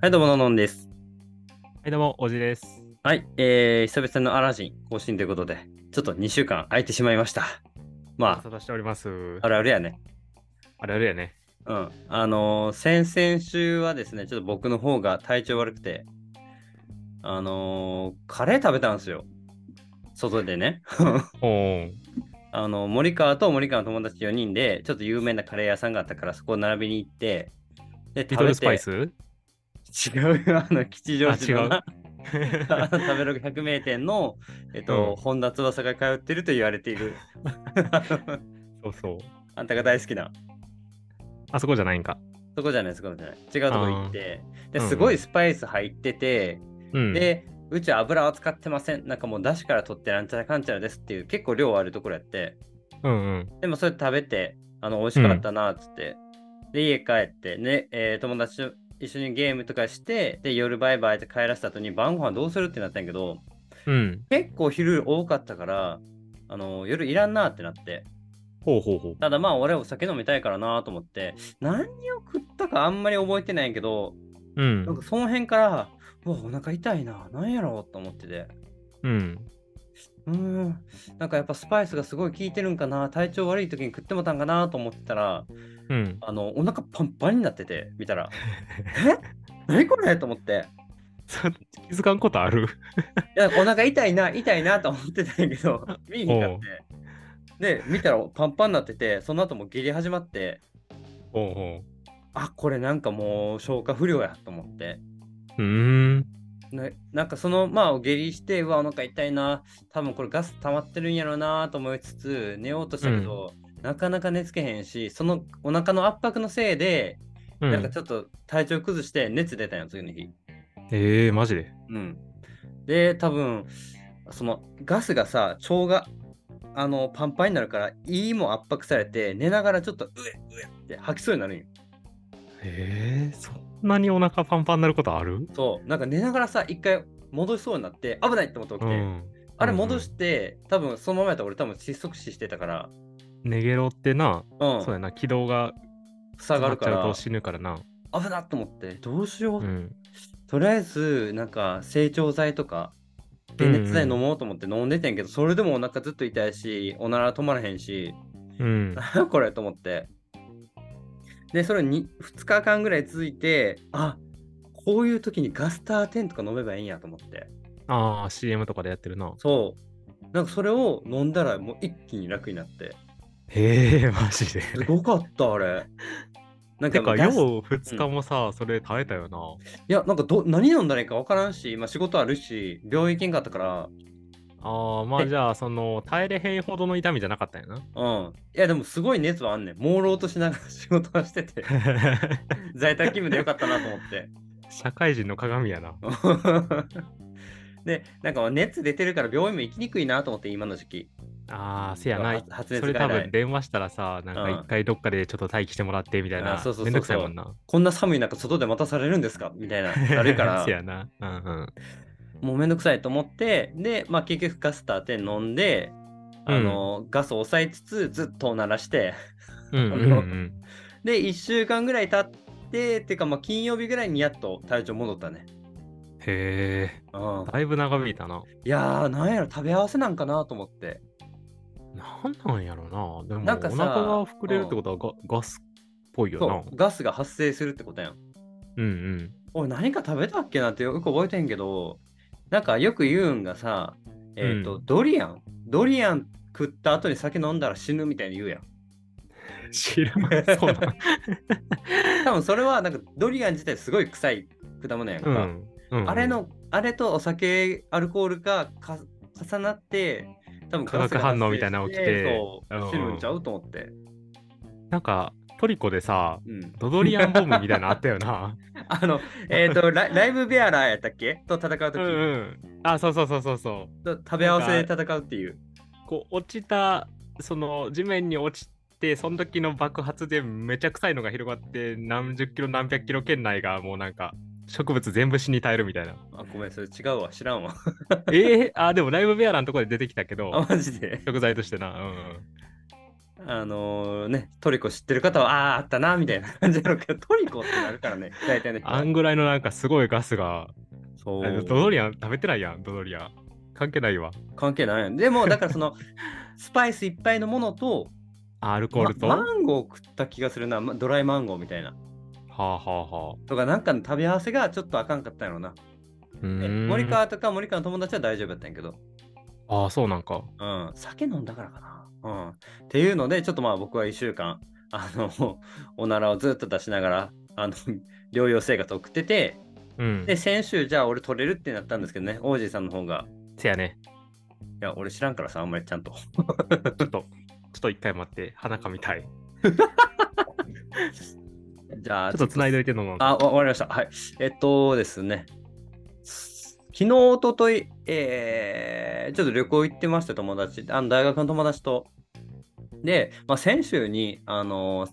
はい、どうも、ののんです。はい、どうも、おじです。はい、えー、久々のアラジン更新ということで、ちょっと2週間空いてしまいました。ごま無沙汰しております。あ、あるあるやね。あれあれやね。うん。あのー先々週はですね、ちょっと僕の方が体調悪くて、あのーカレー食べたんですよ。外でね。おーあの森川と森川の友達4人で、ちょっと有名なカレー屋さんがあったから、そこを並びに行って、で、リトルス食パべイてス違うよ、あの、吉祥寺のなあ違うあの食べログ百名店の、えっとうん本田翼が通ってると言われてい るそうそう。あんたが大好きなあそこじゃないんか。そこじゃないそこじゃない違うとこ行ってでうんうんすごいスパイス入ってて、うん。でうちは油は使ってませんなんかもうだしから取ってなんちゃらかんちゃらですっていう結構量あるところやってうんうん。でもそれ食べてあの美味しかったなっつって、で家帰ってね、えー友達と一緒にゲームとかしてで夜バイバイって帰らせた後に晩ご飯どうするってなったんやけどうん。結構昼多かったからあの夜いらんなってなってほうほうほう。ただまあ俺お酒飲みたいからなと思って何を食ったかあんまり覚えてないけどうんなん。かその辺からうわお腹痛いな何やろうと思っててうん。うーんなんかやっぱスパイスがすごい効いてるんかな体調悪い時に食ってもたんかなと思ってたらうん。あのお腹パンパンになってて見たらえ何これと思ってそ気づかんことあいるやお腹痛いな痛いなと思ってたんやけ ど見に行ってで見たらパンパンになっててその後も下痢始まってほうほあこれなんかもう消化不良やと思ってう。うーん。ななんかそのまあ下痢してうわお腹痛いな多分これガス溜まってるんやろうなと思いつつ寝ようとしたけど、なかなか寝つけへんしそのお腹の圧迫のせいで、うんなんかちょっと体調崩して熱出たんよ次の日。ええー、マジで。うん、で多分そのガスがさ腸があのパンパンになるから胃も圧迫されて寝ながらちょっとうえうえって吐きそうになるんよ。ええー、そんなにお腹パンパンになることあるそうなんか寝ながらさ一回戻しそうになって危ないって思って起うきて、ん。あれ戻して、多分そのままやったら俺多分窒息死してたから、ネゲロってな、うん、そうやな、軌道が塞がるか詰まらっちゃうと死ぬからな。危なっと思ってどうしよう、うん。とりあえずなんか成長剤とか解熱剤飲もうと思って飲んでてんけど、それでもお腹ずっと痛いしおなら止まらへんしうん。なん やこれと思ってでそれ 2, 2日間ぐらい続いてあこういう時にガスター10とか飲めばいいんやと思ってああ、CM とかでやってるな。そうなんかそれを飲んだらもう一気に楽にな ってええー、マジで。すごかったあれなんてかか、ガスよう2日もさ、それ耐えたよな。いや、なんかど何飲んだらいいか分からんし、今仕事あるし、病院行けんかったから、ああ、まえあじゃあ、その、耐えれへんほどの痛みじゃなかった んやな。うん。いや、でもすごい熱はあんねん。朦朧としながら仕事はしてて、在宅勤務でよかったなと社会人の鏡やな。思って。 で、なんか熱出てるから病院も行きにくいなと思って、今の時期。ああ、せやなは。発そ熱れが多ない分。電話したらさ、なんかうん一回どっかでちょっと待機してもらってみたいあな。そうそうそうそうめんどくさいもんな。こんな寒い中、外で待たされるんです かみたいな、だるいからせ、やな。うんもうめんどくさいと思って、で、まあ結局ガスターって飲んで、あの、ガスを抑えつつ、ずっと鳴らして、うん。うんうんうん。で、1週間ぐらい経って、てか、まあ、金曜日ぐらいにやっと体調戻ったね。へえ、うん。だいぶ長引いたな。いやー、なんやろ、食べ合わせなんかなと思って。なんなんやろな。でも、なんかおさ腹が膨れるってことはガガスっぽいよそう、な。ガスが発生するってことやん。うんうん。俺、何か食べたっけなってよく覚えてんけど、なんかよく言うんがさ、えっ、と、うドリアン。ドリアン食った後に酒飲んだら死ぬみたいに言うやん。知らない。 そうなん。多分それは、なんかドリアン自体すごい臭い果物やん か。うんうん。あれの、あれとお酒、アルコールがか重なって、多分化学反応みたいなのの起きてそううんうん死ぬんちゃうと思って。なんか、トリコでさ、うん、ドドリアンボムみたいなのあった よな。あの、えっ、とライ、ライブベアラーやったっけと戦ううとんき、うん。あ、そうそうそうそうそとう。食べ合わせで戦うっていう。こう、落ちた、その地面に落ちて、その時の爆発でめちゃくさいのが広がって、何十キロ何百キロ圏内がもうなんか、植物全部死に耐えるみた いな。あ、ごめん、それ違うわ、知らんわ。ええあ、でもライブベアラーのところで出てきた けあ、ど、マジで。食材としてな。うんうん。あのね、トリコ知ってる方は、ああー、あったな、みたいな感じなのけど、トリコってなるからね、大体ね。あんぐらいのなんかすごいガスが、そドう。ドリアン食べてないやん、ドドリアン。関係ないわ。関係ないやんでも、だからその、スパイスいっぱいのものと、アルコールと、まはマンゴーを食った気がするな、まドライマンゴーみたいな。あはあはあ。とか、なんかの食べ合わせがちょっとあかんかったんやろな。うーえん森川とか森川の友達は大丈夫やったんやけど、ああ、そうなんか。うん、酒飲んだからかな。うん、っていうので、ちょっとまあ僕は1週間、あの、おならをずっと出しながら、あの、療養生活を送ってて、うん。で、先週、じゃあ俺取れるってなったんですけどね、王子さんの方が、せやね。いや、俺知らんからさ、あんまりちゃんと。ちょっと、ちょっと一回待って、鼻かみたい。ちじゃあ、ょっと繋いで。どいて飲もう。あ、わわかりました。はい。えっとですね、昨日、おととい、えーちょっと旅行行ってました、友達、あの大学の友達と。で、まあ、先週に、あのー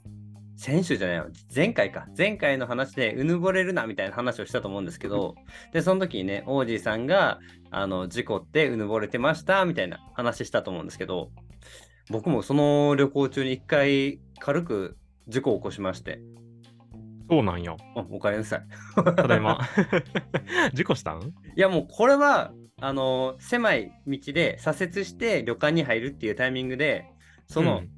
先週じゃないよ、前回か、前回の話で、うぬぼれるなみたいな話をしたと思うんですけど、で、その時にね、オージーさんが、あの、事故ってうぬぼれてました、みたいな話したと思うんですけど、僕もその旅行中に一回、軽く事故を起こしまして、そうなんや。あおかえりなさい。ただい ま。事故したいんやもうこれはあのー狭い道で左折して旅館に入るっていうタイミングでその、うん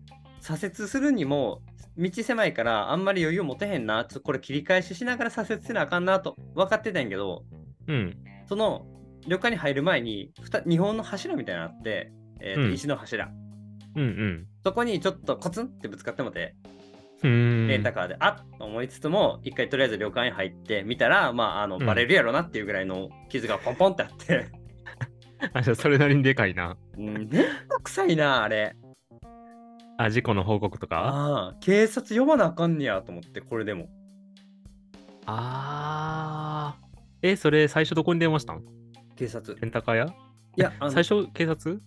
左折するにも道狭いからあんまり余裕持てへんなちょっとこれ切り返ししながら左折せなあかんなと分かってたんやけどうん。その旅館に入る前に 2, 本の柱みたいなのあって、えーとうん石の柱うんうん。そこにちょっとコツンってぶつかってもてうーん。レンタカーであっと思いつつも一回とりあえず旅館に入ってみたらまああのうんバレるやろなっていうぐらいの傷がポンポンってあって。あじゃあそれなりにでかいな。うんめんどくさいな、あれ。あ、事故の報告とかああ、警察呼ばなあかんねやと思って、これでも。あー。え、それ最初どこに電話したん警察。レンタカー屋いや、あの最初警察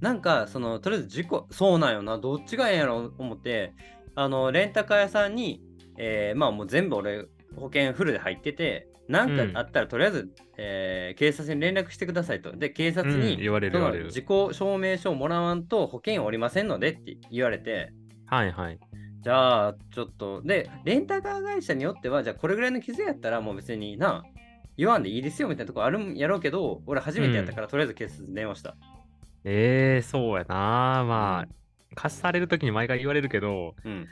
なんか、その、とりあえず事故、そうなんよな、どっちがええんやろ思って、あの、レンタカー屋さんに、えーまあもう全部俺、保険フルで入ってて、なんうんかあったら、とりあえず、えー警察に連絡してくださいと。で、警察うん、に、言われるそ言わのれる。事故証明書をもらわんと保険おりませんのでって言われて、はいはい。じゃあ、ちょっと、で、レンタカー会社によっては、じゃあ、これぐらいの傷やったら、もう別にな、言わんでいいですよみたいなとこあるんやろうけど、俺初めてやったから、とりあえず警察に電話した。えー、そうやな。まあ、貸されるときに毎回言われるけど、うん。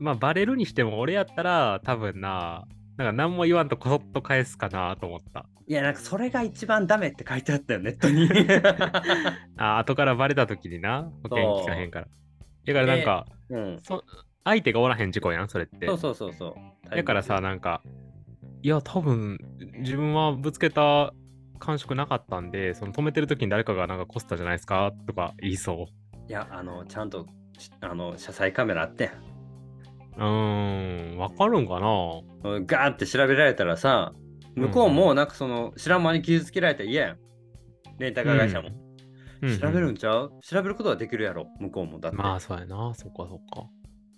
まあバレるにしても俺やったら多分な、なんか何も言わんとこそっと返すかなと思った。いや、なんか、それが一番ダメって書いてあったよ、ネット に。あ後からバレた時にな、保険聞かへんから。だからなんか、うん。そ相手がおらへん事故やん、それって。そうそうそうそう。だからさ、なんか、いや、多分自分はぶつけた感触なかったんで、その止めてる時に誰かがなんかこすったじゃないですかとか言いそいや、あの、ちゃんと、しあの、車載カメラあって、う。うーん、わかるんかなうんガーって調べられたらさ、向こうも、なんか、その、知らん間に傷つけられたら嫌やん。レンタカー会社も。うんうん調べるんちゃう調べることはできるやろ、向こうも。だって。まあ、そうやな、そっかそっか。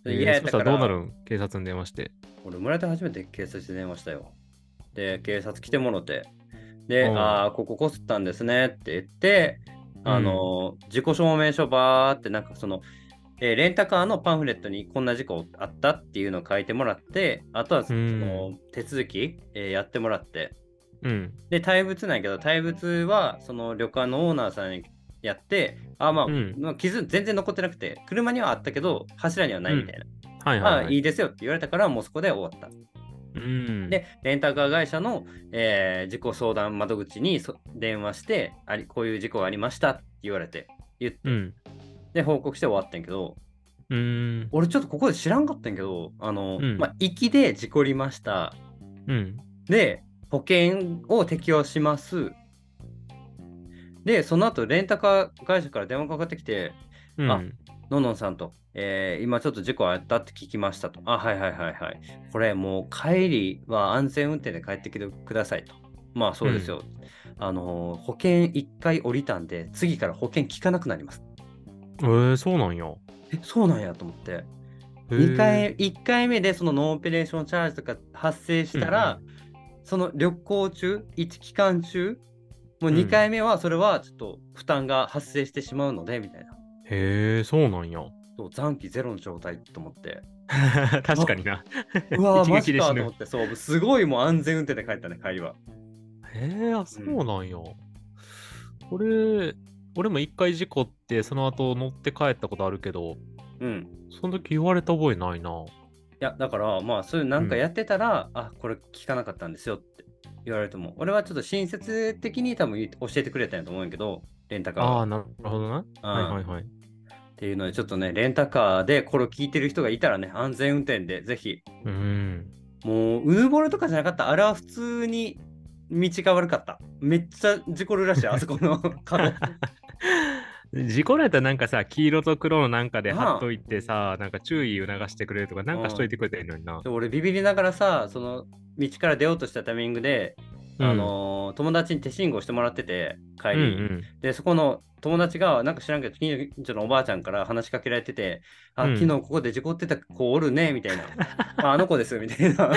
えいやーそしたらどうなだからるん警察に電話して。俺、生まれて初めて警察に電話したよ。で、警察来てもろて。で、うんああ、こここすったんですねって言って、あのー、自己証明書ばーって、なんかその、えーレンタカーのパンフレットにこんな事故あったっていうのを書いてもらって、あとはその手続き、えーやってもらって。うん。で、退物なんやけど、退物はその旅館のオーナーさんにやって、あーまあ、うんまあ傷全然残ってなくて、車にはあったけど、柱にはないみたいな。はいまはい、あ、はい。いいですよって言われたから、もうそこで終わった。うん、で、レンタカー会社の、えー事故相談窓口にそ電話してあり、こういう事故がありましたって言われて、言って、うん。で、報告して終わってんけど、うーん。俺ちょっとここで知らんかったんけど、あの、うんまあ、行きで事故りました。うん。で、保険を適用します。で、その後、レンタカー会社から電話かかってきて、うん。あのんのんさんと、えー今ちょっと事故あったって聞きましたと。あ、はいはいはいはい。これもう帰りは安全運転で帰ってきてくださいと。まあそうですよ。あのー保険1回降りたんで、次から保険効かなくなります。えー、そうなんや。え、そうなんやと思って。へー2回、1回目でそのノンオペレーションチャージとか発生したら、その旅行中、1期間中、もううん2回目はそれはちょっと負担が発生してしまうので、みたいな。へえ、そうなんや。そう残機ゼロの状態と思って。 確かにな。うわー、一マ撃ジでか死と思ぬっ。て、そう、すごいもう安全運転で帰ったね、帰りは。へえあそうなんや。これ、俺も一回事故って、その後乗って帰ったことあるけど、うん。その時言われた覚えないな。いや、だから、まあ、そういうなんかやってたら、あ、これ聞かなかったんですよって言われると思う。俺はちょっと親切的に多分言う教えてくれたんやと思うんやけど、レンタカーああ、はなるほどな。うんはいはいはい。っていうので、ちょっとね、レンタカーでこれを聞いてる人がいたらね、安全運転でぜひ、うん。もう、うぬぼれとかじゃなかった。あれは普通に道が悪かった。めっちゃ事故るらしい、あそこの角。事故られたらなんかさ、黄色と黒のなんかでうん貼っといてさ、なんか注意を促してくれるとか、なんかしといてくれたらいいのになで。 俺、ビビりながらさ、その道から出ようとしたタイミングで、あのー友達に手信号してもらってて、帰うりん、うに。んで、そこの友達が、なんか知らんけど、近所のおばあちゃんから話しかけられてて、あ、うん昨日ここで事故ってた子おるね、みたい な。ああの子です、みたいな。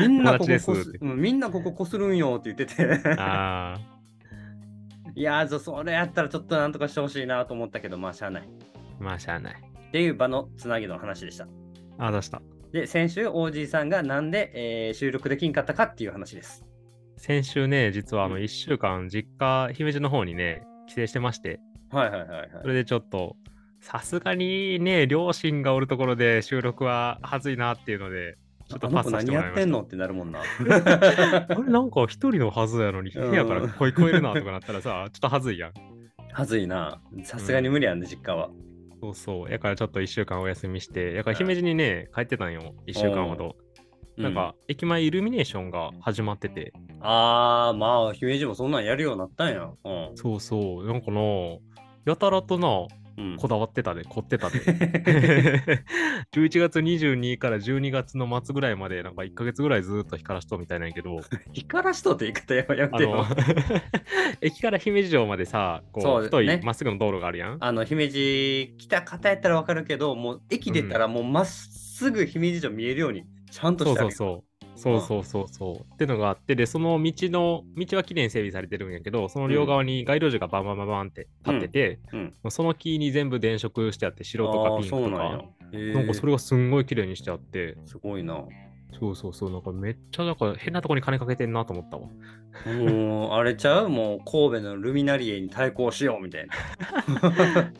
みんなこここ友達ですす、うんみんなこここするんよって言ってうてん。。ああ。 いやー、そそれやったらちょっとなんとかしてほしいなと思ったけど、まあ、しゃあない。まあ、しゃあない。っていう場のつなぎの話でした。ああ、出した。で、先週、OG さんがなんで、えー収録できんかったかっていう話です。先週ね、実はあうのん1週間、実家、姫路の方にね、帰省してまして、はいはいはいそはい。れでちょっと、さすがにね、両親がおるところで収録は恥ずいなっていうので、ちょっとあパのス子さ何せてもらやいっましてたん。のってなるもんな。 あれなんか一人のはずやのにうん部屋から声聞こえるなとかなったらさ、ちょっと恥ずいやん。はずいな。さすがに無理やんね、実家は。そうそう。やからちょっと1週間お休みして、やかうらん姫路にね、帰ってたんよ、1週間ほど。なんか、駅前イルミネーションが始まってて、うん、ああ、まあ、姫路もそんなんやるようになったんや。うん。そうそう、なんかな、やたらとな、うん、こだわってた で、凝ってたで。11月22から12月の末ぐらいまで、なんか1ヶ月ぐらいずーっと光らしとうみたいなん やけど、 光らしとって言い方ややめあてよの。、 駅から姫路城までさ、そこうう、です太ねいまっすぐの道路があるやん。 あの、姫路来た方やったらわかるけど、もう駅出たらもうまっすぐ姫路城見えるように、ちゃんとそしうてあそるうそう。そうそうそうそう。ってのがあって、で、その道の、道はきれいに整備されてるんやけど、その両側に街路樹がバンバンバンバンって立ってて、うんうんもうその木に全部電飾してあって、白とかピンクあーとそうなんやか、。えなーんかそれがすんごい綺麗にしてあって、すごいな。もそうそうそう、なんかめっちゃなんか変なとこに金かけてんなと思ったわ。う、あれちゃうもう神戸のルミナリエに対抗しようみたいな。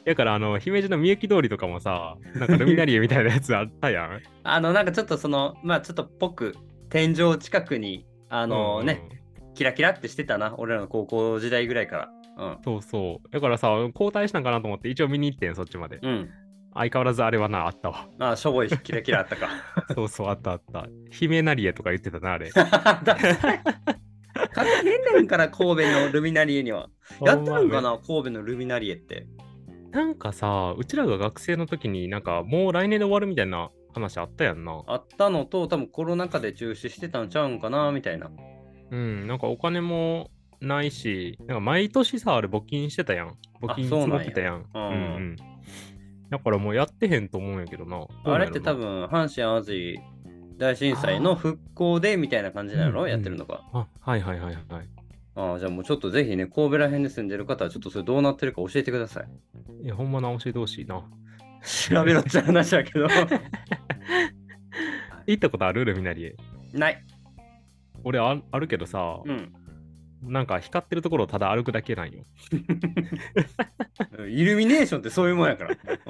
だからあの姫路のみゆき通りとかもさなんかルミナリエみたいなやつあったや んあの、なんかちょっとその、まあちょっとぽく、天井近くに、ああのね、キラキラってしてたな、俺らの高校時代ぐらいから。そうそうだからさ交代したんかなと思って一応見に行ってんそっちまでうん。うん。相変わらずあれはなあったわ ああ、しょぼいキラキラあったか。そうそうあったあった姫ナリエとか言ってた なあれだ関係ねえねんから、神戸のルミナリエには。やってるんかな、神戸のルミナリエって。なんかさうちらが学生の時になんかもう来年で終わるみたいな話あったやんなあったのと、多分コロナ禍で中止してたんちゃうんかな、みたいな。うんなんかお金もないしなんか毎年さあれ募金してたやん募金あそう積なんやもってたやんうんうんうんだからもうやってへんと思うんやけどなどうなんやろあなれって多分、阪神・淡路大震災の復興でみたいな感じなうんのうんやってるのか。あはいはいはいはい。ああ、じゃあもうちょっとぜひね、神戸ら辺で住んでる方は、ちょっとそれどうなってるか教えてください。いや、ほんま直してほしいな。調べろって話だ けど。行ったことあるルミナリエ。ない。俺あ、あるけどさ、うん。なんか光ってるところをただ歩くだけ なんよ。イルミネーションってそういうもんやから。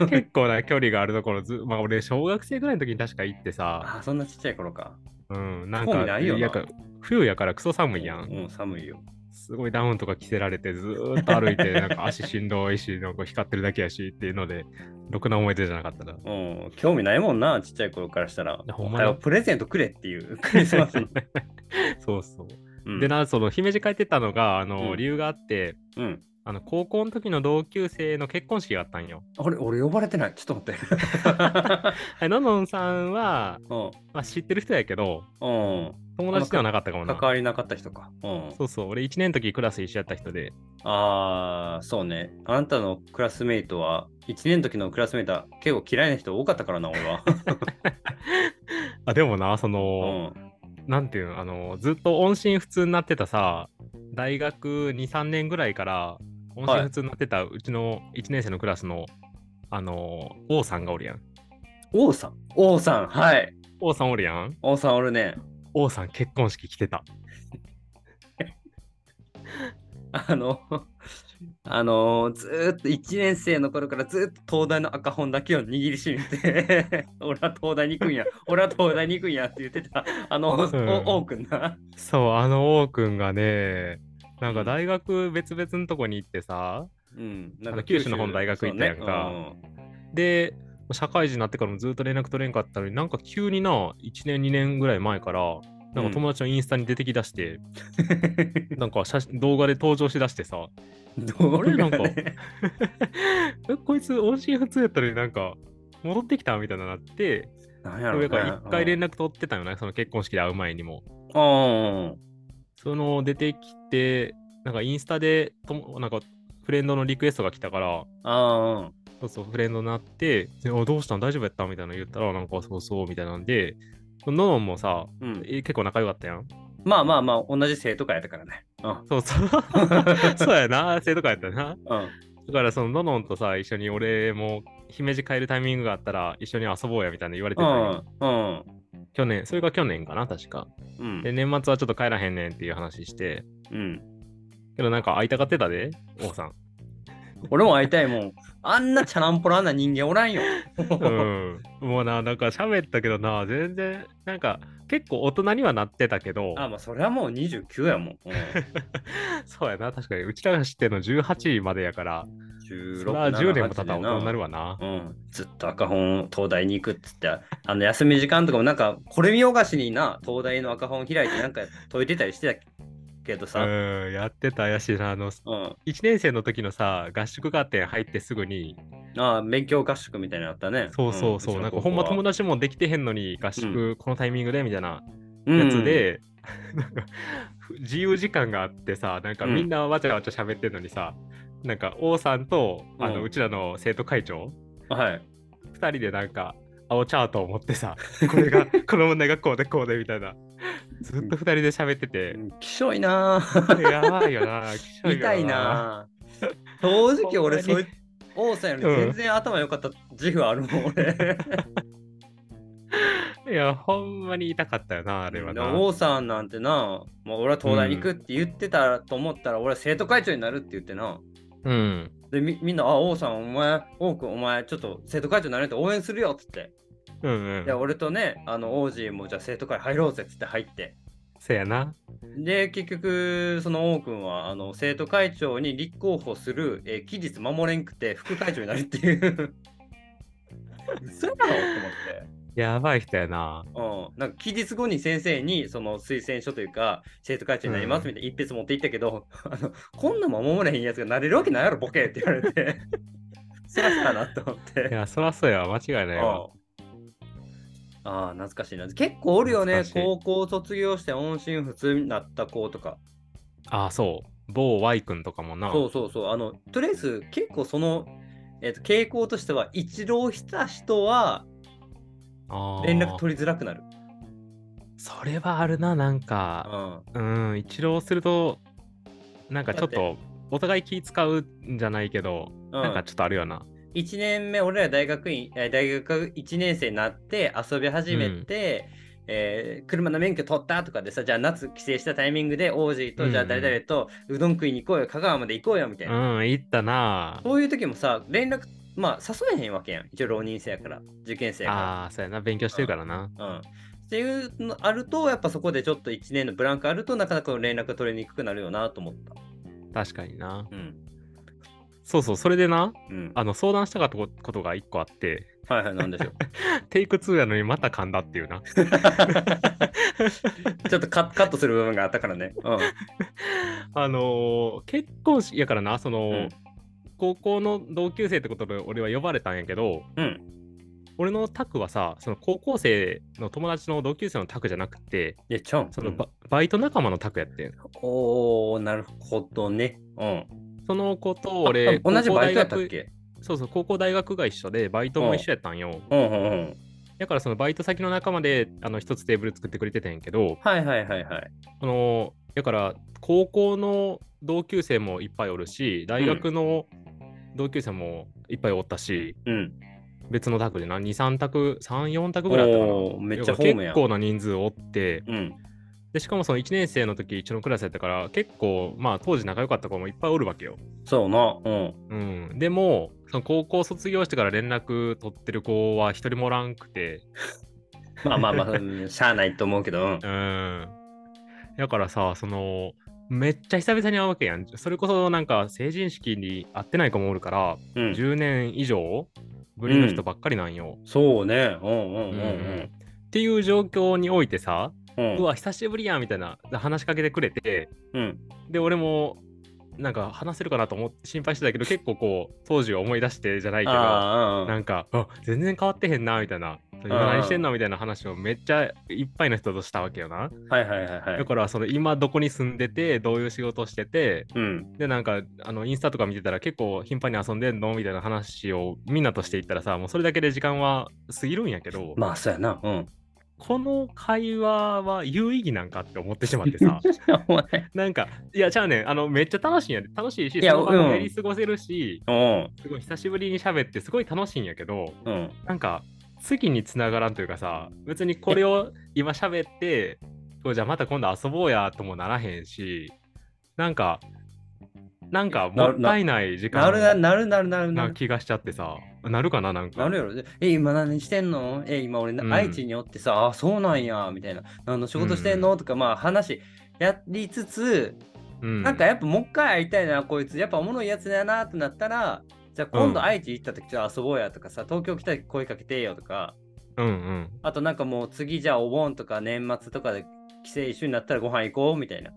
うん。結構な距離があるところず、まあ俺、小学生ぐらいの時に確か行ってさ、ああ、そんなちっちゃい頃か。うん、なん興か、味ないよなやか冬やからクソ寒いやん。うん、寒いよ。すごいダウンとか着せられて、ずーっと歩い て、なんか足しんどいし、なんか光ってるだけやしっていうので、ろくな思い出じゃなかったな。うん、興味ないもんな、ちっちゃい頃からしたら。やほんまはやよプレゼントくれっていう クリスマスに。そうそう。うん で、な、その姫路帰ってたのが、あの、うん理由があって、うん。あの高校の時の同級生の結婚式があったんよ。あれ、俺呼ばれてない。ちょっと待って。 はいののんさんは、まあ、知ってる人やけど、うん。友達ではなかったかもうん。な関。わりなかった人か。うん。そうそう、俺1年の時クラス一緒やった人で、ああ、そうね。あなたのクラスメイトは、1年の時のクラスメイトは結構嫌いな人多かったからな、俺 は。あでもな、そうの、ん。なんていうの、あの、ずっと音信不通になってたさ、大学2、3年ぐらいから、音信不通になってたうちの1年生のクラスのあのー、王さんがおるやん。王さん王さんはい。王さんおるやん。王さんおるね。王さん結婚式来てた。あの、あのずーっと1年生の頃からずーっと東大の赤本だけを握りしめて、 俺は東大に行くんや、俺は東大に行くんやって言ってた、あの、うんお王くんな。そう、あの王くんがね、なんか大学別々のとこに行ってさ、うん、なんあの九州の方の大学行ったやんかで、社会人になってからもずっと連絡取れんかったのに、なんか急にな、1年、2年ぐらい前から、なんか友達のインスタに出てきだして、そうねなんか写真動画で登場しだしてさ、うん、 どあうれれななんんかか、 え、こいつ音信不通やったのになんか戻ってきたみたいななって、なんやろ俺ねが一回連絡取ってたよね、その結婚式で会う前にも。うんうんその出てきて、なんかインスタでとも、なんかフレンドのリクエストが来たから、あそうそう、フレンドになって、であどうしたん大丈夫やったみたいなの言ったら、なんかそうそうみたいなんで、ノンもさ、ーうん、え結構仲良かったやん。まあまあまあ同じ生徒会やったからね。うんそうそう。そうやな、生徒会やったうな。んだからそのののんとさ一緒に俺も姫路帰るタイミングがあったら一緒に遊ぼうやみたいな言われてうたんんようん去年それが去年かな確かうんで年末はちょっと帰らへんねんっていう話してうん、けどなんか会いたがってたで王 さん俺も会いたいもん。あんなチャランポランな人間おらんよ。うんもうななんか喋ったけどな全然なんか結構大人にはなってたけどあ、まあ、それはもう29やもん。うん、 そうやな確かにうちらが知ってるの18までやからそ16ら10年も経ったら大人になるるわなうん、ずっと赤本東大に行くっつってあの休み時間とかもなんかこれ見よがしにな東大の赤本開いてなんか解いてたりしてたけどうさ、んやってたやしなあのうん、 1年生の時のさ合宿合点入ってすぐにああ勉強合宿みたいなのあったねそうそうそう、なんかほんま友達もできてへんのに合宿このタイミングでみたいな達やつ、で、 なんか自由時間があってさなんかうんみんなわちゃわちゃ喋ってんのにさ、なんか王さんとあの、ううんちらの生徒会長うんはい2人でなんか青チャートを持っ てさこれがこの問題がこうでこうでみたいなずっと2人で喋ってて、きしょいな ぁやばい よなきしょみたいなぁ正直俺ほんそまにい王さんようんり全然頭良かった自負あるもん俺いやほんまに痛かったよなあれはな、王さんなんてなもう俺は東大に行くって言ってたと思ったら、俺は生徒会長になるって言ってなうんでみみんな「あ王さんお前王くんお前ちょっと生徒会長になれって応援するよ」っつってうんうでん俺とねあの王子もじゃあ生徒会入ろうぜっつって入ってせやなで結局その王くんはあの生徒会長に立候補する、えー期日守れんくて副会長になるっていう嘘やろとやばい人やな思って、うん、なんか期日後に先生にその推薦書というか生徒会長になりますみたいな一筆持って行ったけど、 あのこんなん守れへんやつがなれるわけないやろボケって言われて そらそらなと思っていや、そらそうやわ、間違いないわ。あああ懐かしいな結構おるよね懐かし高い校卒業して音信不通になった子とかああ、そう。某 Y 君とかもな。そうそうそうあのとりあえず結構その、えっと傾向としては一浪した人はあー連絡取りづらくなる、それはあるな、なんうか。ん、うん、一浪すると、なんかちょっだと、お互い気使うんじゃないけど、うんなんかちょっとあるよな。 1年目俺ら大学院えー大学1年生になって遊び始めて、えー車の免許取ったとかでさじゃあ夏帰省したタイミングで王子うんうとんじゃあ誰々とうどん食いに行こうよ香川まで行こうよみたいな、うん、行ったな。そういう時もさ、連絡、まあ、誘えへんわけやん。一応、浪人生やから、受験生やかああ、そうやな、勉強してるからな。ら。うん。っていうのあると、やっぱそこでちょっと1年のブランクあると、なかなか連絡が取りにくくなるよなと思った。確かにな。うん。そうそう、それでな、うん。あの、相談したかったことが一個あって、 はいはい、なんでしょう。 テイク2やのにまた噛んだっていうな。ちょっとカカットする部分があったからね。うん。あのー結婚式やからな、その、うん高校の同級生ってことで俺は呼ばれたんやけど、うん。俺のタクはさ、その高校生の友達の同級生のタクじゃなくて、いや、ちゃうん。そのバ,、バイト仲間のタクやってん。おー、なるほどね。うん。その子と俺、あ同じ高校バイ大トやっ学たっけそうそう、高校大学が一緒で、バイトも一緒やったんよ。うんうんうん。だからそのバイト先の仲間で、あの、一つテーブル作ってくれてたんやけど、はいはいはいはい。その、だから、高校の同級生もいっぱいおるし、大学の、同級生もいっぱいおったし、うん。別の宅でな、2、3宅、3、4宅ぐらいあったかな。おおーめっちゃホームや結。構な人数おって、うん。でしかもその1年生の時一緒のクラスやったから結構まあ当時仲良かった子もいっぱいおるわけよ。そうな。うん。うん、でもその高校卒業してから連絡取ってる子は一人もおらんくてまあまあま あ、うんしゃあないと思うけど、うん。うんだからさそのめっちゃ久々に会うわけやんそれこそなんか成人式に会ってない子もおるから、うん、 10年以上ぶりの人ばっかりなんよ。そうね。うんうんううんんうん。っていう状況においてさ、う。うんわ久しぶりやみたいな話しかけてくれてうん。で俺もなんか話せるかなと思って心配してたけど結構こう当時を思い出してじゃないけどああなんかあ全然変わってへんなみたいな今何してんのみたいな話をめっちゃいっぱいの人としたわけよなうん、はいはいはいはだい。からその今どこに住んでてどういう仕事しててうん。でなんかあのインスタとか見てたら結構頻繁に遊んでんのみたいな話をみんなとしていったらさもうそれだけで時間は過ぎるんやけど、まあ、そうやな。うん。この会話は有意義なんかって思ってしまってさ お前。なんかいやじゃあねあのめっちゃ楽しいんやで楽しいしいやその場もうんやり過ごせるし、うん。すごい久しぶりに喋ってすごい楽しいんやけど、うん。なんか次につながらんというかさ別にこれを今喋ってこうじゃあまた今度遊ぼうやともならへんしなんかなんかもったいない時な間るななるなるなるななる。気がしちゃってさなるかななんかなるやろ。え、今何してんのえ、今俺な、うん愛知におってさ、あ、そうなんや、みたいな。あの仕事してんの、とか、まあ話やりつつ、うん、なんかやっぱもう一回会いたいな、こいつ。やっぱおもろいやつだなってなったら、じゃあ今度愛知行った時ちょっと遊ぼうやとかさ、東京来た時声かけてよとか、うんうんあとなんかもう次じゃあお盆とか年末とかで帰省一緒になったらご飯行こうみたいな。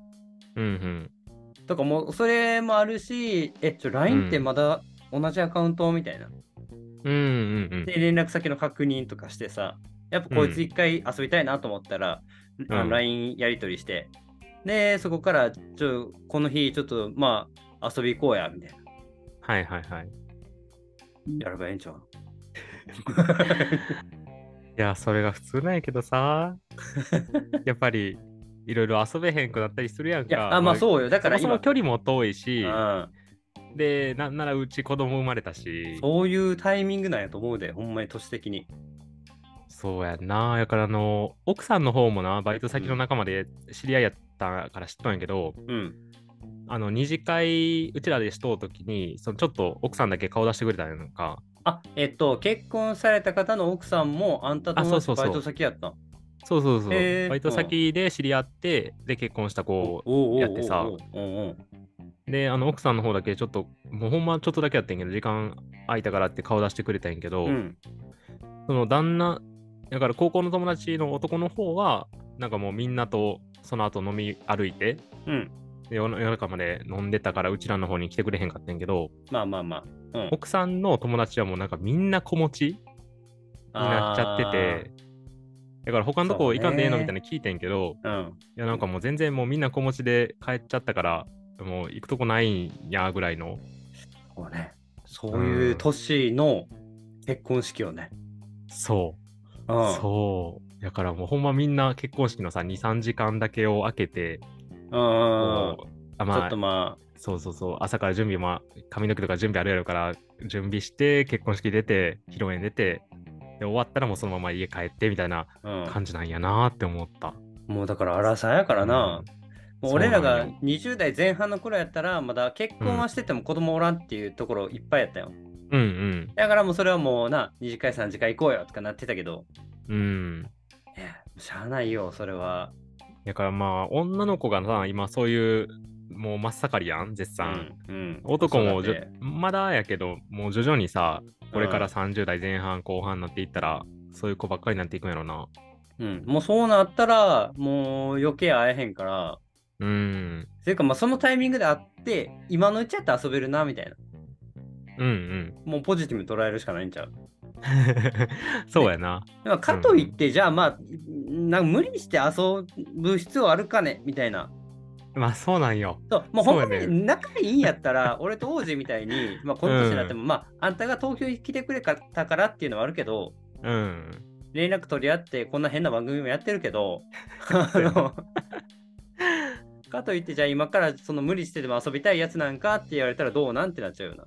うんうんとかもうそれもあるし、え、ちょ、LINE ってまだ同じアカウントみたいな。うんうんうんで、連絡先の確認とかしてさ、やっぱこいつ一回遊びたいなと思ったら、んあのうん LINE やり取りして、で、そこから、ちょ、この日ちょっとまあ遊び行こうや、みたいな。はいはいはいやればええんちゃういやそれが普通なんやけ どさやっぱりいろいろ遊べへんくなったりするやんいや、かあ、まあうそうよ。だだかかららそ今の、距離も遠いしうんでなならうち子供生まれたしそういうタイミングなんやと思うで、ほんまに年的に。そうやんな。やからあの、奥さんの方もな、バイト先の仲間で知り合いやったから知っとんやけど、うん。あの、二次会、うちらでしとうときに、そのちょっと奥さんだけ顔出してくれたんやんか。あ、えっと、結婚された方の奥さんも、あんたとあそうそ同じバイトうそう先やったん。そうそうそう。へーバイト先で知り合って、で、結婚した子おうおうおうおうやってさうんうんで、あの、奥さんの方だけちょっと、もうほんまちょっとだけやってんけど、時間空いたからって顔出してくれたんやけど、うんその旦那、だから高校の友達の男の方は、なんかもうみんなとその後飲み歩いて、うんで夜夜中まで飲んでたからうちらの方に来てくれへんかったんやけどまあまあまあ、うん、奥さんの友達はもうなんかみんな子持ちになっちゃっててだから他のとこ行かんでええのそうねみたいなの聞いてんけど、あーいやなんかもう全然もうみんな子持ちで帰っちゃったからもう行くとこないんやぐらいうのんそうねそういう年の結婚式よね、そう、うん、そうだからもうほんまみんな結婚式のさ23時間だけを空けてうんうんうんこうちあょまっあとまそうそうそう朝から準備まあ髪の毛とか準備あるやろから準備して結婚式出て披露宴出てで終わったらもうそのまま家帰ってみたいなあ、う感じなんやなーって思った、ん、もうだから荒さやからな、もう俺らが20代前半の頃やったらまだ結婚はしてても子供おらんっていうところいっぱいやったよ、うんうんだからもうそれはもうな2次会3次会行こうよとかなってたけどうんいやしゃあないよそれはだからまあ女の子がさ今そういうもう真っ盛りやん絶賛、うんうん、男も子育じょてまだやけどもう徐々にさこれから30代前半後半になっていったら、そういう子ばっかりになっていくんやろなうん、もうそうなったら、もう余計会えへんから、うんていうか、まあそのタイミングで会って、今のうちやったら遊べるな、みたいな。うんうん もうポジティブに捉えるしかないんちゃう。そうやな、でもかといって、じゃあまあ、なんか無理して遊ぶ必要あるかね、みたいな。まあそうなんよそう、もうそうほやんねまに仲いいんやった ら、俺と王子みたいに、まあこの年になっても、まああんたが東京に来てくれたからっていうのはあるけど、うん連絡取り合ってこんな変な番組もやってるけどあ そうやの かといってじゃあ今からその無理してでも遊びたいやつなんかって言われたらどうなんてなっちゃうよな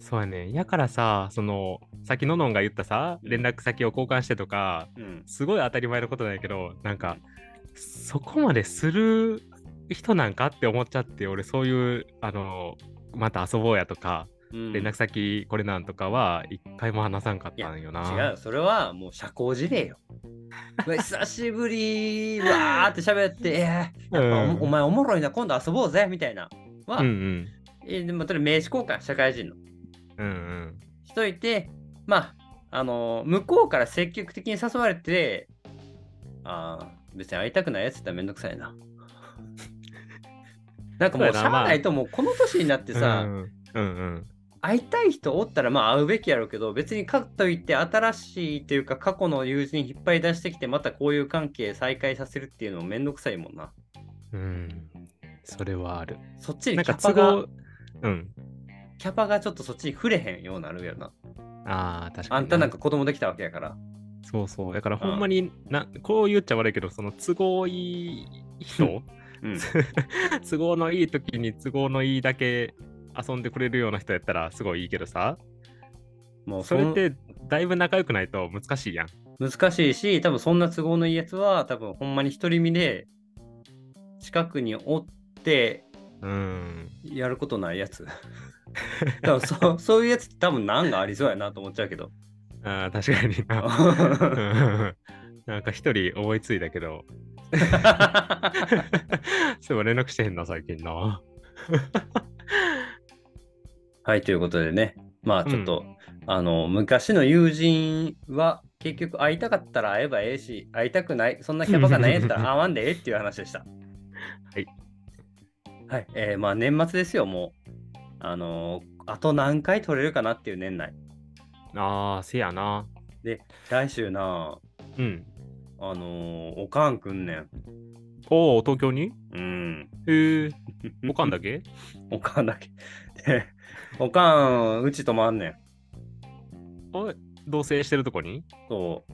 そうやねんやからさそのさっきののんが言ったさ連絡先を交換してとかうん。すごい当たり前のことなんやけどなんかそこまでする人なんかって思っちゃって俺そういうあのまた遊ぼうやとかうん連絡先これなんとかは一回も話さんかったんよな。違う、それはもう社交辞令よ。 うわ久しぶりわーって喋って、えーうんやっぱおお前おもろいな、今度遊ぼうぜみたいな。は、うんうんえーでもそれ名刺交換、社会人の。うんうんしといて、まあ、あのー向こうから積極的に誘われて、あー別に会いたくないやつってめんどくさいな。 なんかもうそうやなしゃあないと、もうこの年になってさ、うんうんうん会いたい人おったらまあ会うべきやろうけど別にかといって新しいというか過去の友人引っ張り出してきてまたこういう関係再開させるっていうのもめんどくさいもんなうんそれはある。そっちなにんキかャパ都が合うんキャパがちょっとそっちに触れへんようになるやろなああ確かにあんたなんか子供できたわけやからそうそうだからほんまになこう言っちゃ悪いけどその都合いい人うん 都合のいい時に都合のいいだけ遊んでくれるような人やったらすごいいいけどさもうそそれっれてだいぶ仲良くないと難しいやん。難しいし多分そんな都合のいいやつは多分ほんまに独り身で近くにおってうんやることないや つ多分そそういうやつって多分難がありそうやなと思っちゃうけどあー確かにな。うんなんか一人思いついたけど、 そういえば連絡してへんな、最近な。はい、ということでね、まあうんちょっと、あの、昔の友人は結局会いたかったら会えばええし、会いたくない、そんなキャバがないやったら 会わんでええっていう話でした。いはい、えーまあ年末ですよ、もう。あのーあと何回取れるかなっていう年内。ああ、せやな。来週な、うん。あのーおかんくんねん。おお、東京にうん。へえ、おかんだけおかんだけ。で、おかん、うち泊まんねん。おい、同棲してるとこにそう。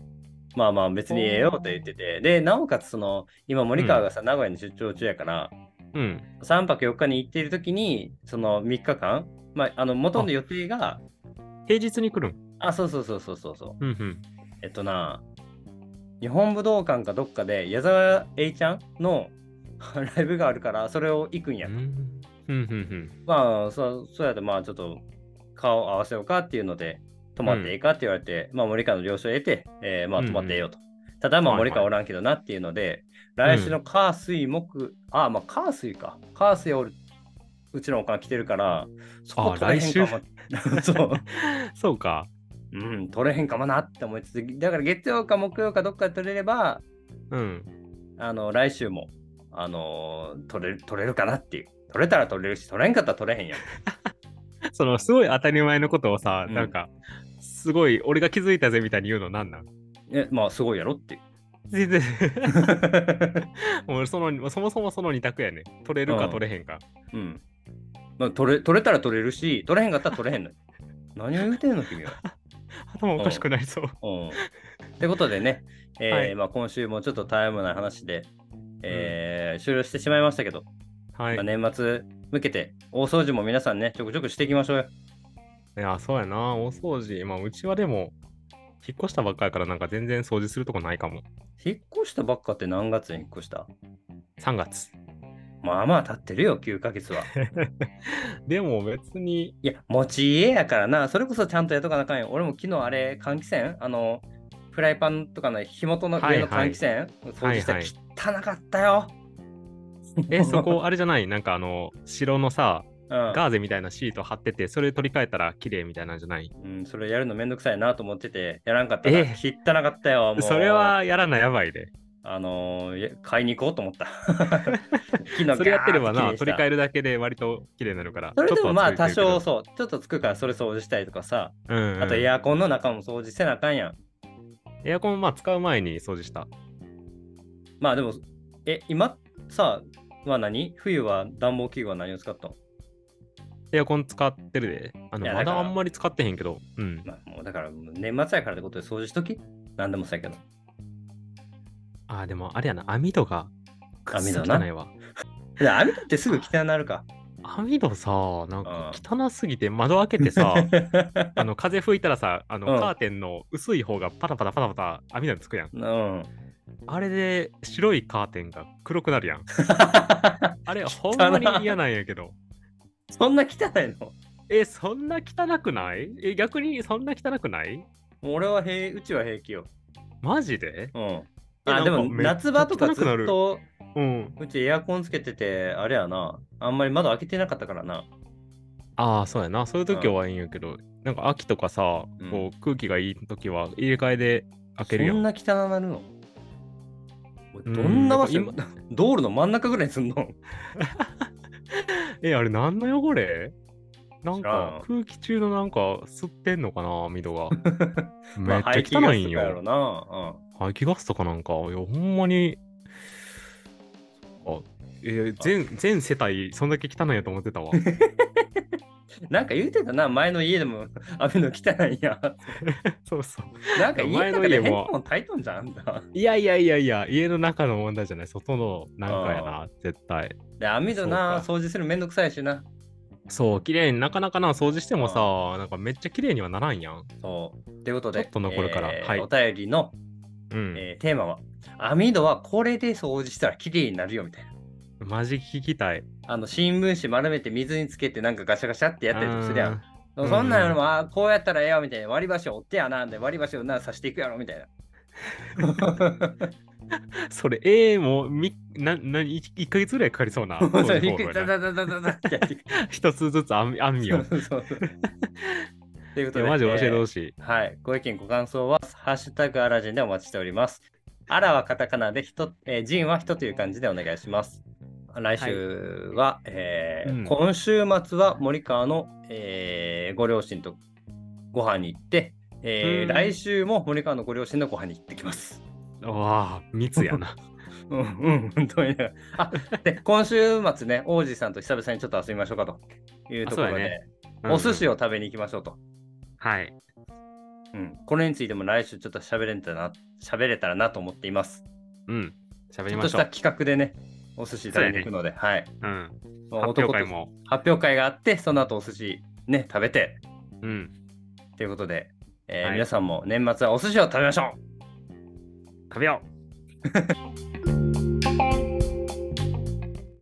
まあまあ別にええよと言ってて。で、なおかつその、今森川がさ、名古屋に出張中やから、うん。 3泊4日に行っている時に、その3日間、まあ、あの、元の予定が、平日に来るん。あそうそうそうそうそうそう。うんうん。えっとな、日本武道館かどっかで矢沢永ちゃんの ライブがあるから、それを行くんや。うんうんうんまあ、そうそうやって、まあちょっと顔合わせようかっていうので、泊まっていいかって言われて、まあ森川の了承を得て、えーまあうんう泊んまっていいよと。ただまあはいは森い川おらんけどなっていうので、うん来週の火水木、あ、まあ火水か。火水おるうちのおかん来てるから、そこあ取れへんかも。 そう。うん。そうか。うん、取れへんかもなって思いつつ、だから月曜か木曜かどっかで取れれば、うん。あの、来週も、あのー取れる、取れるかなっていう。取れたら取れるし、取れんかったら取れへんやん。その、すごい当たり前のことをさ、うんなんか、すごい、俺が気づいたぜみたいに言うのなん なんえ、まあすごいやろっていう。全然。俺その、そもそもその二択やね。取れるうかん取れへんか。うん。まあ、取れ取れたら取れるし、取れへんかったら取れへん のよ。何を言うてんの、君は。頭おかしくなりそう。うん。ってことでね、えーはいまあ、今週もちょっとタイムない話で、えー終了してしまいましたけど、はい。まあ、年末向けて大掃除も皆さんね、ちょくちょくしていきましょうよ。いや、そうやな、大掃除。まあ、うちはでも、引っ越したばっかりから、なんか全然掃除するとこないかも。引っ越したばっかって何月に引っ越した3月。まあまあ経ってるよ、9ヶ月は。でも別に、いや、持ち家やからな、それこそちゃんとやっとかなあかんよ。俺も昨日あれ、換気扇あの、フライパンとかの火元の上の換気扇、掃除したら汚はいかったよ。 え、そこ、あれじゃないなんかあの、城のさ、うんガーゼみたいなシート貼ってて、それ取り替えたら綺麗みたいなんじゃないうん、それやるのめんどくさいなと思ってて、やらんかったら、えひったなかったよ。もうそれ、はやらなやばいで。あのーや買いに行こうと 思った。昨日それやってればガーッな、て綺麗にした取り替えるだけで割と綺麗になるから。それでもまあちょ多っと少はついそう、ちょっとつくからそれ掃除したりとかさ、てるけど、うんうんあとエアコンの中も掃除せなあかんやん。エアコン、まあ、使う前に掃除した。まあでも、え、今さ、は何冬は暖房器具は何を使ったの、エアコン使ってるで。あいのやまだかだらあんまり使ってへんけど。うん。まあ、もうだから年末やからってことで掃除しとき何でもそうやけど。あー、でもあれやな、網戸が、網戸なないわ。で網戸ってすぐ汚なるか。網戸さ、なんあか汚すぎて窓開けて さ、あの風吹いたらさ、あのうんカーテンの薄い方がパタパタパタパタ網戸につくやん。うん。 あれで白いカーテンが黒くなるやん。あれほんまに嫌なんやけど。そんな汚いのえ、そんな汚くないえ、逆にそんな汚くないもう俺は平うちは平気よ。マジでうん。えあでなもんかめっちゃ夏場とかず汚くなっるとうん。うちエアコンつけててあれやなあんまり窓開けてなかったからなああ、そうやな。そういう時はいいんやけど、なんか秋とかさ、うんこう空気がいい時は入れ替えで開けるやそんん。な汚なるのうどんな場所やっぱ道路の真ん中ぐらいに すんの今え、あれ何の汚れなんか知空気中のなんか吸ってんのかな、ミ ドが。まめあっ排ち気ゃ汚ガいんスとかやろよ。な、排気ガスとかなんか、いやほんまに。あえー全全世帯、そんだけ汚いやと思っ てたわ。うん、なんか言うてたな前の家でも 雨の汚いやそうそう。なんか家の中で前の家変もなもん炊いとんじゃんあんたいやいやいやいや、家の中の問題じゃない、外のなんかやな、絶対。 で網戸な掃除するのめんどくさいしなそう、綺麗になかなかな、掃除してもさ、なんかめっちゃ綺麗にはならんやん。そうということでちょっと残るからえーはいお便りの、うん。えーテーマは網戸はこれで掃除したら綺麗になるよみたいなマジ聞きたい。あの新聞紙丸めて水につけてなんかガシャガシャってやったりとかするやんうんそんなんよりも、あーこうやったらええよみたいな割り箸折ってやなんで割り箸をな刺していくやろみたいな。 あーそれ、えー、もうみなな 1, 1ヶ月ぐらいかかりそうな。 そう掃除びっ方くり法ザやなザザザザザってやっていく。一つずつ網網 を。そうそうそう。というこいとやで、マジ教えてえほーしい。はい、ご意見、ご感想は、ハッシュタグアラジンでお待ちしております。アラはカタカナで、ひとえー、ジンは人という感じでお願いします。来週は、えーうん今週末は森川の、えーご両親とご飯に行って、えーうん来週も森川のご両親のご飯に行ってきます。 うわあ、密やな。うんうん、本当に。あ で、今週末ね、王子さんと久々にちょっと遊びましょうかというところで、あそうやね お寿司を。を食べに行きましょうと。はい。うん、これについても来週ちょっと喋れたらな、喋れたらなと思っています。うん。ち喋りょっまとししょたう。企画でね、お寿司食べに行くので、はい。うん。まあ発表男と会も。発表会があって、その後お寿司ね、食べて、うん。ということで、えーはい皆さんも年末はお寿司を食べましょう食べよう。